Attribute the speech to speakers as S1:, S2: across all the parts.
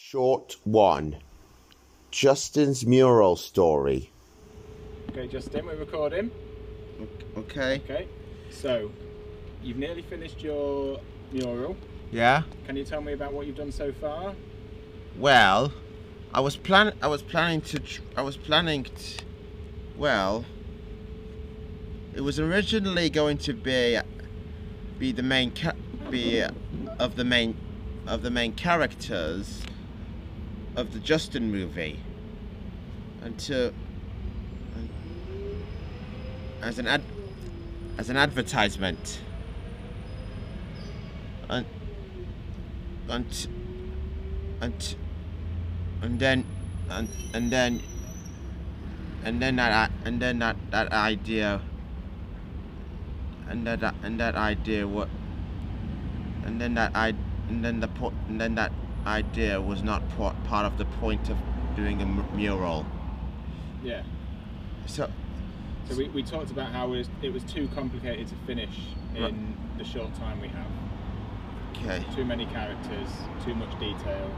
S1: Short one. Justin's mural story.
S2: Okay, Justin, we're recording.
S3: Okay.
S2: Okay, so you've nearly finished your mural.
S3: Yeah.
S2: Can you tell me about what you've done so far?
S3: Well, I was plan. I was planning to. Tr- I was planning. T- well, it was originally going to be, be the main ca- be of the main, of the main characters, of the Justin movie. Until. As an ad. As an advertisement. Un- unt- unt- and then and, and then and then that i- and then that that idea and that and that idea what and then that i and then the po- and then that idea was not part part of the point of doing a mu- mural
S2: Yeah.
S3: so
S2: So we, we talked about how it was, it was too complicated to finish in the short time we have.
S3: okay
S2: Too many characters, too much detail.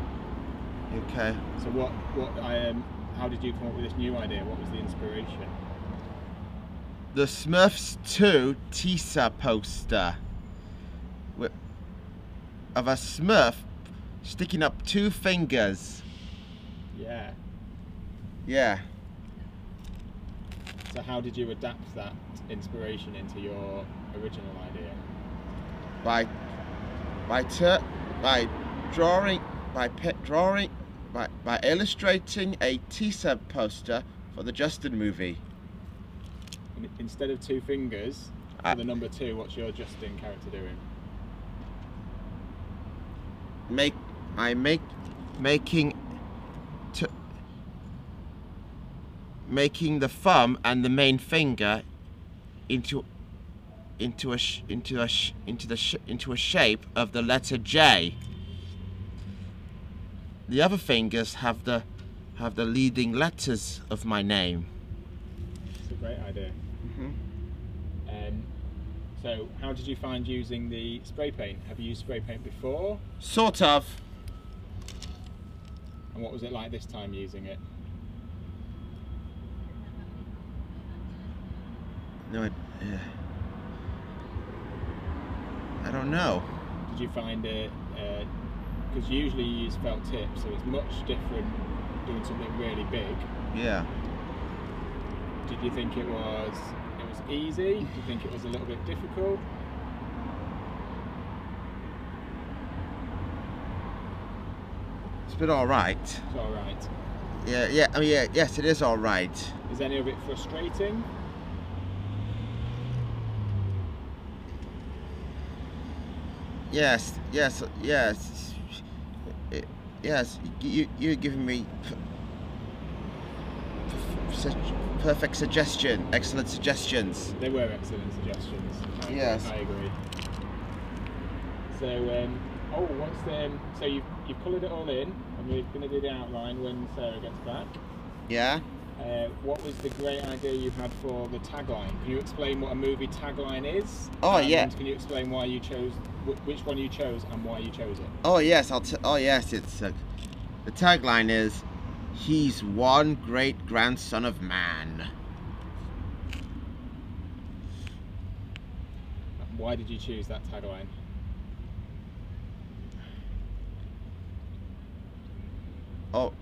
S3: okay
S2: So what what I um, how did you come up with this new idea? What was the inspiration?
S3: the Smurfs 2 teaser poster with, of a Smurf sticking up two fingers.
S2: Yeah.
S3: Yeah.
S2: So how did you adapt that inspiration into your original idea?
S3: by by ter- by drawing by pe- drawing by, by illustrating a teaser poster for the Justin movie.
S2: In- Instead of two fingers,
S3: I-
S2: for the number two, what's your Justin character doing?
S3: Make I make making t- making the thumb and the main finger into into a sh- into a sh- into the sh- into a shape of the letter J. The other fingers have the have the leading letters of my name.
S2: It's a great idea. Um, so, how did you find using the spray paint? Have you used spray paint before?
S3: Sort of.
S2: And what was it like this time using it?
S3: No, I, uh, I don't know.
S2: Did you find it? Because usually you use felt tips, so it's much different doing something really big.
S3: Yeah.
S2: Did you think it was it was easy? Did you think it was a little bit difficult?
S3: It's been all right.
S2: It's all right.
S3: Yeah, yeah, oh yeah, yes, it is all right.
S2: Is any of it frustrating?
S3: Yes, yes, yes. It, yes, you, you're giving me p- p- such perfect suggestion, excellent suggestions.
S2: They were excellent suggestions. I,
S3: Yes.
S2: I agree. So, um, oh, once um, so you've you've coloured it all in, and we're going to do the outline when Sarah gets back.
S3: Yeah?
S2: Uh, what was the great idea you had for the tagline? Can you explain what a movie tagline is?
S3: Oh,
S2: And
S3: yeah.
S2: Can you explain why you chose wh- which one you chose and why you chose it?
S3: Oh yes, I'll. T- oh yes, it's uh, the tagline is, "He's one great grandson of man."
S2: Why did you choose that tagline?
S3: Oh.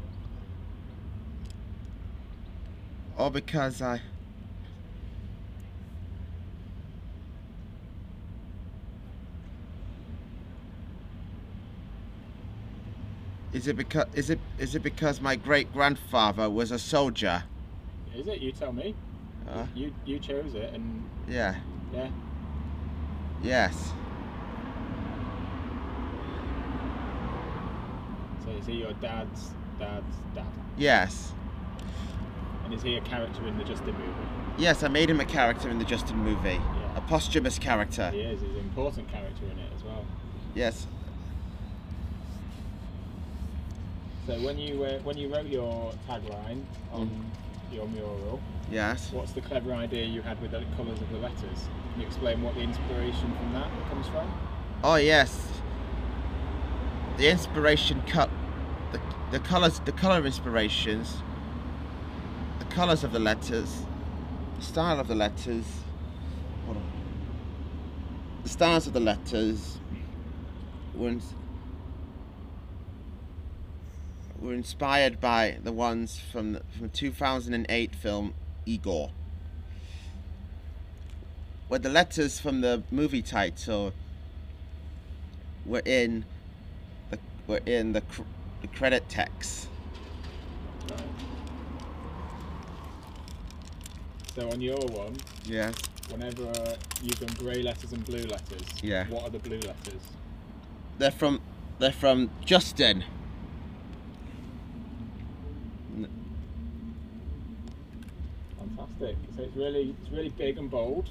S3: Oh, because I. Is it because is it is it because my great grandfather was a soldier?
S2: Is it? You tell me.
S3: Uh,
S2: You you chose it, and
S3: yeah.
S2: yeah.
S3: Yes.
S2: So is he your dad's dad's dad?
S3: Yes.
S2: And is he a character in the Justin movie?
S3: Yes, I made him a character in the Justin movie.
S2: Yeah.
S3: A posthumous character.
S2: He is. He's an important character in it as well.
S3: Yes.
S2: So when you uh, when you wrote your tagline on your mural,
S3: Yes.
S2: what's the clever idea you had with the colours of the letters? Can you explain what the inspiration from that comes from?
S3: Oh yes. The inspiration cut the the colors, the color inspirations, the colors of the letters, the style of the letters, hold on. the styles of the letters were, ins- were inspired by the ones from the, from 2008 film Igor, where the letters from the movie title were in the were in the, cr- the credit text.
S2: So on your one,
S3: Yeah.
S2: whenever uh, you've done grey letters and blue letters,
S3: Yeah.
S2: what are the blue letters?
S3: They're from they're from Justin. N-
S2: Fantastic. So it's really it's really big and bold.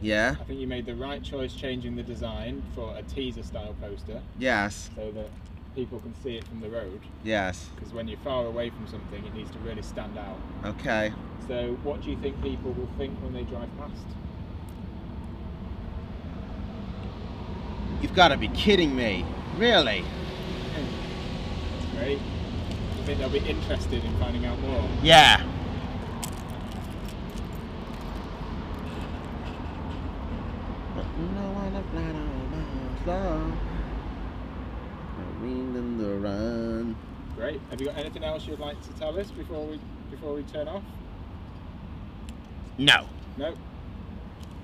S3: Yeah.
S2: I think you made the right choice changing the design for a teaser style poster
S3: Yes.
S2: so that people can see it from the road.
S3: Yes.
S2: Because when you're far away from something, it needs to really stand out.
S3: Okay.
S2: So what do you think people will think when they drive past?
S3: You've got to be kidding me. Really?
S2: That's great. I think they'll be interested in finding out more.
S3: Yeah. the run.
S2: Great. Have you got anything else you'd like to tell us before we before we turn off?
S3: No.
S2: No.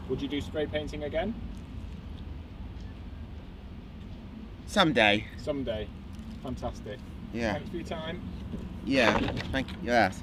S2: Would you do spray painting again
S3: Someday.
S2: someday? Fantastic.
S3: Yeah.
S2: Thanks for your time.
S3: Yeah. Thank you. Yes.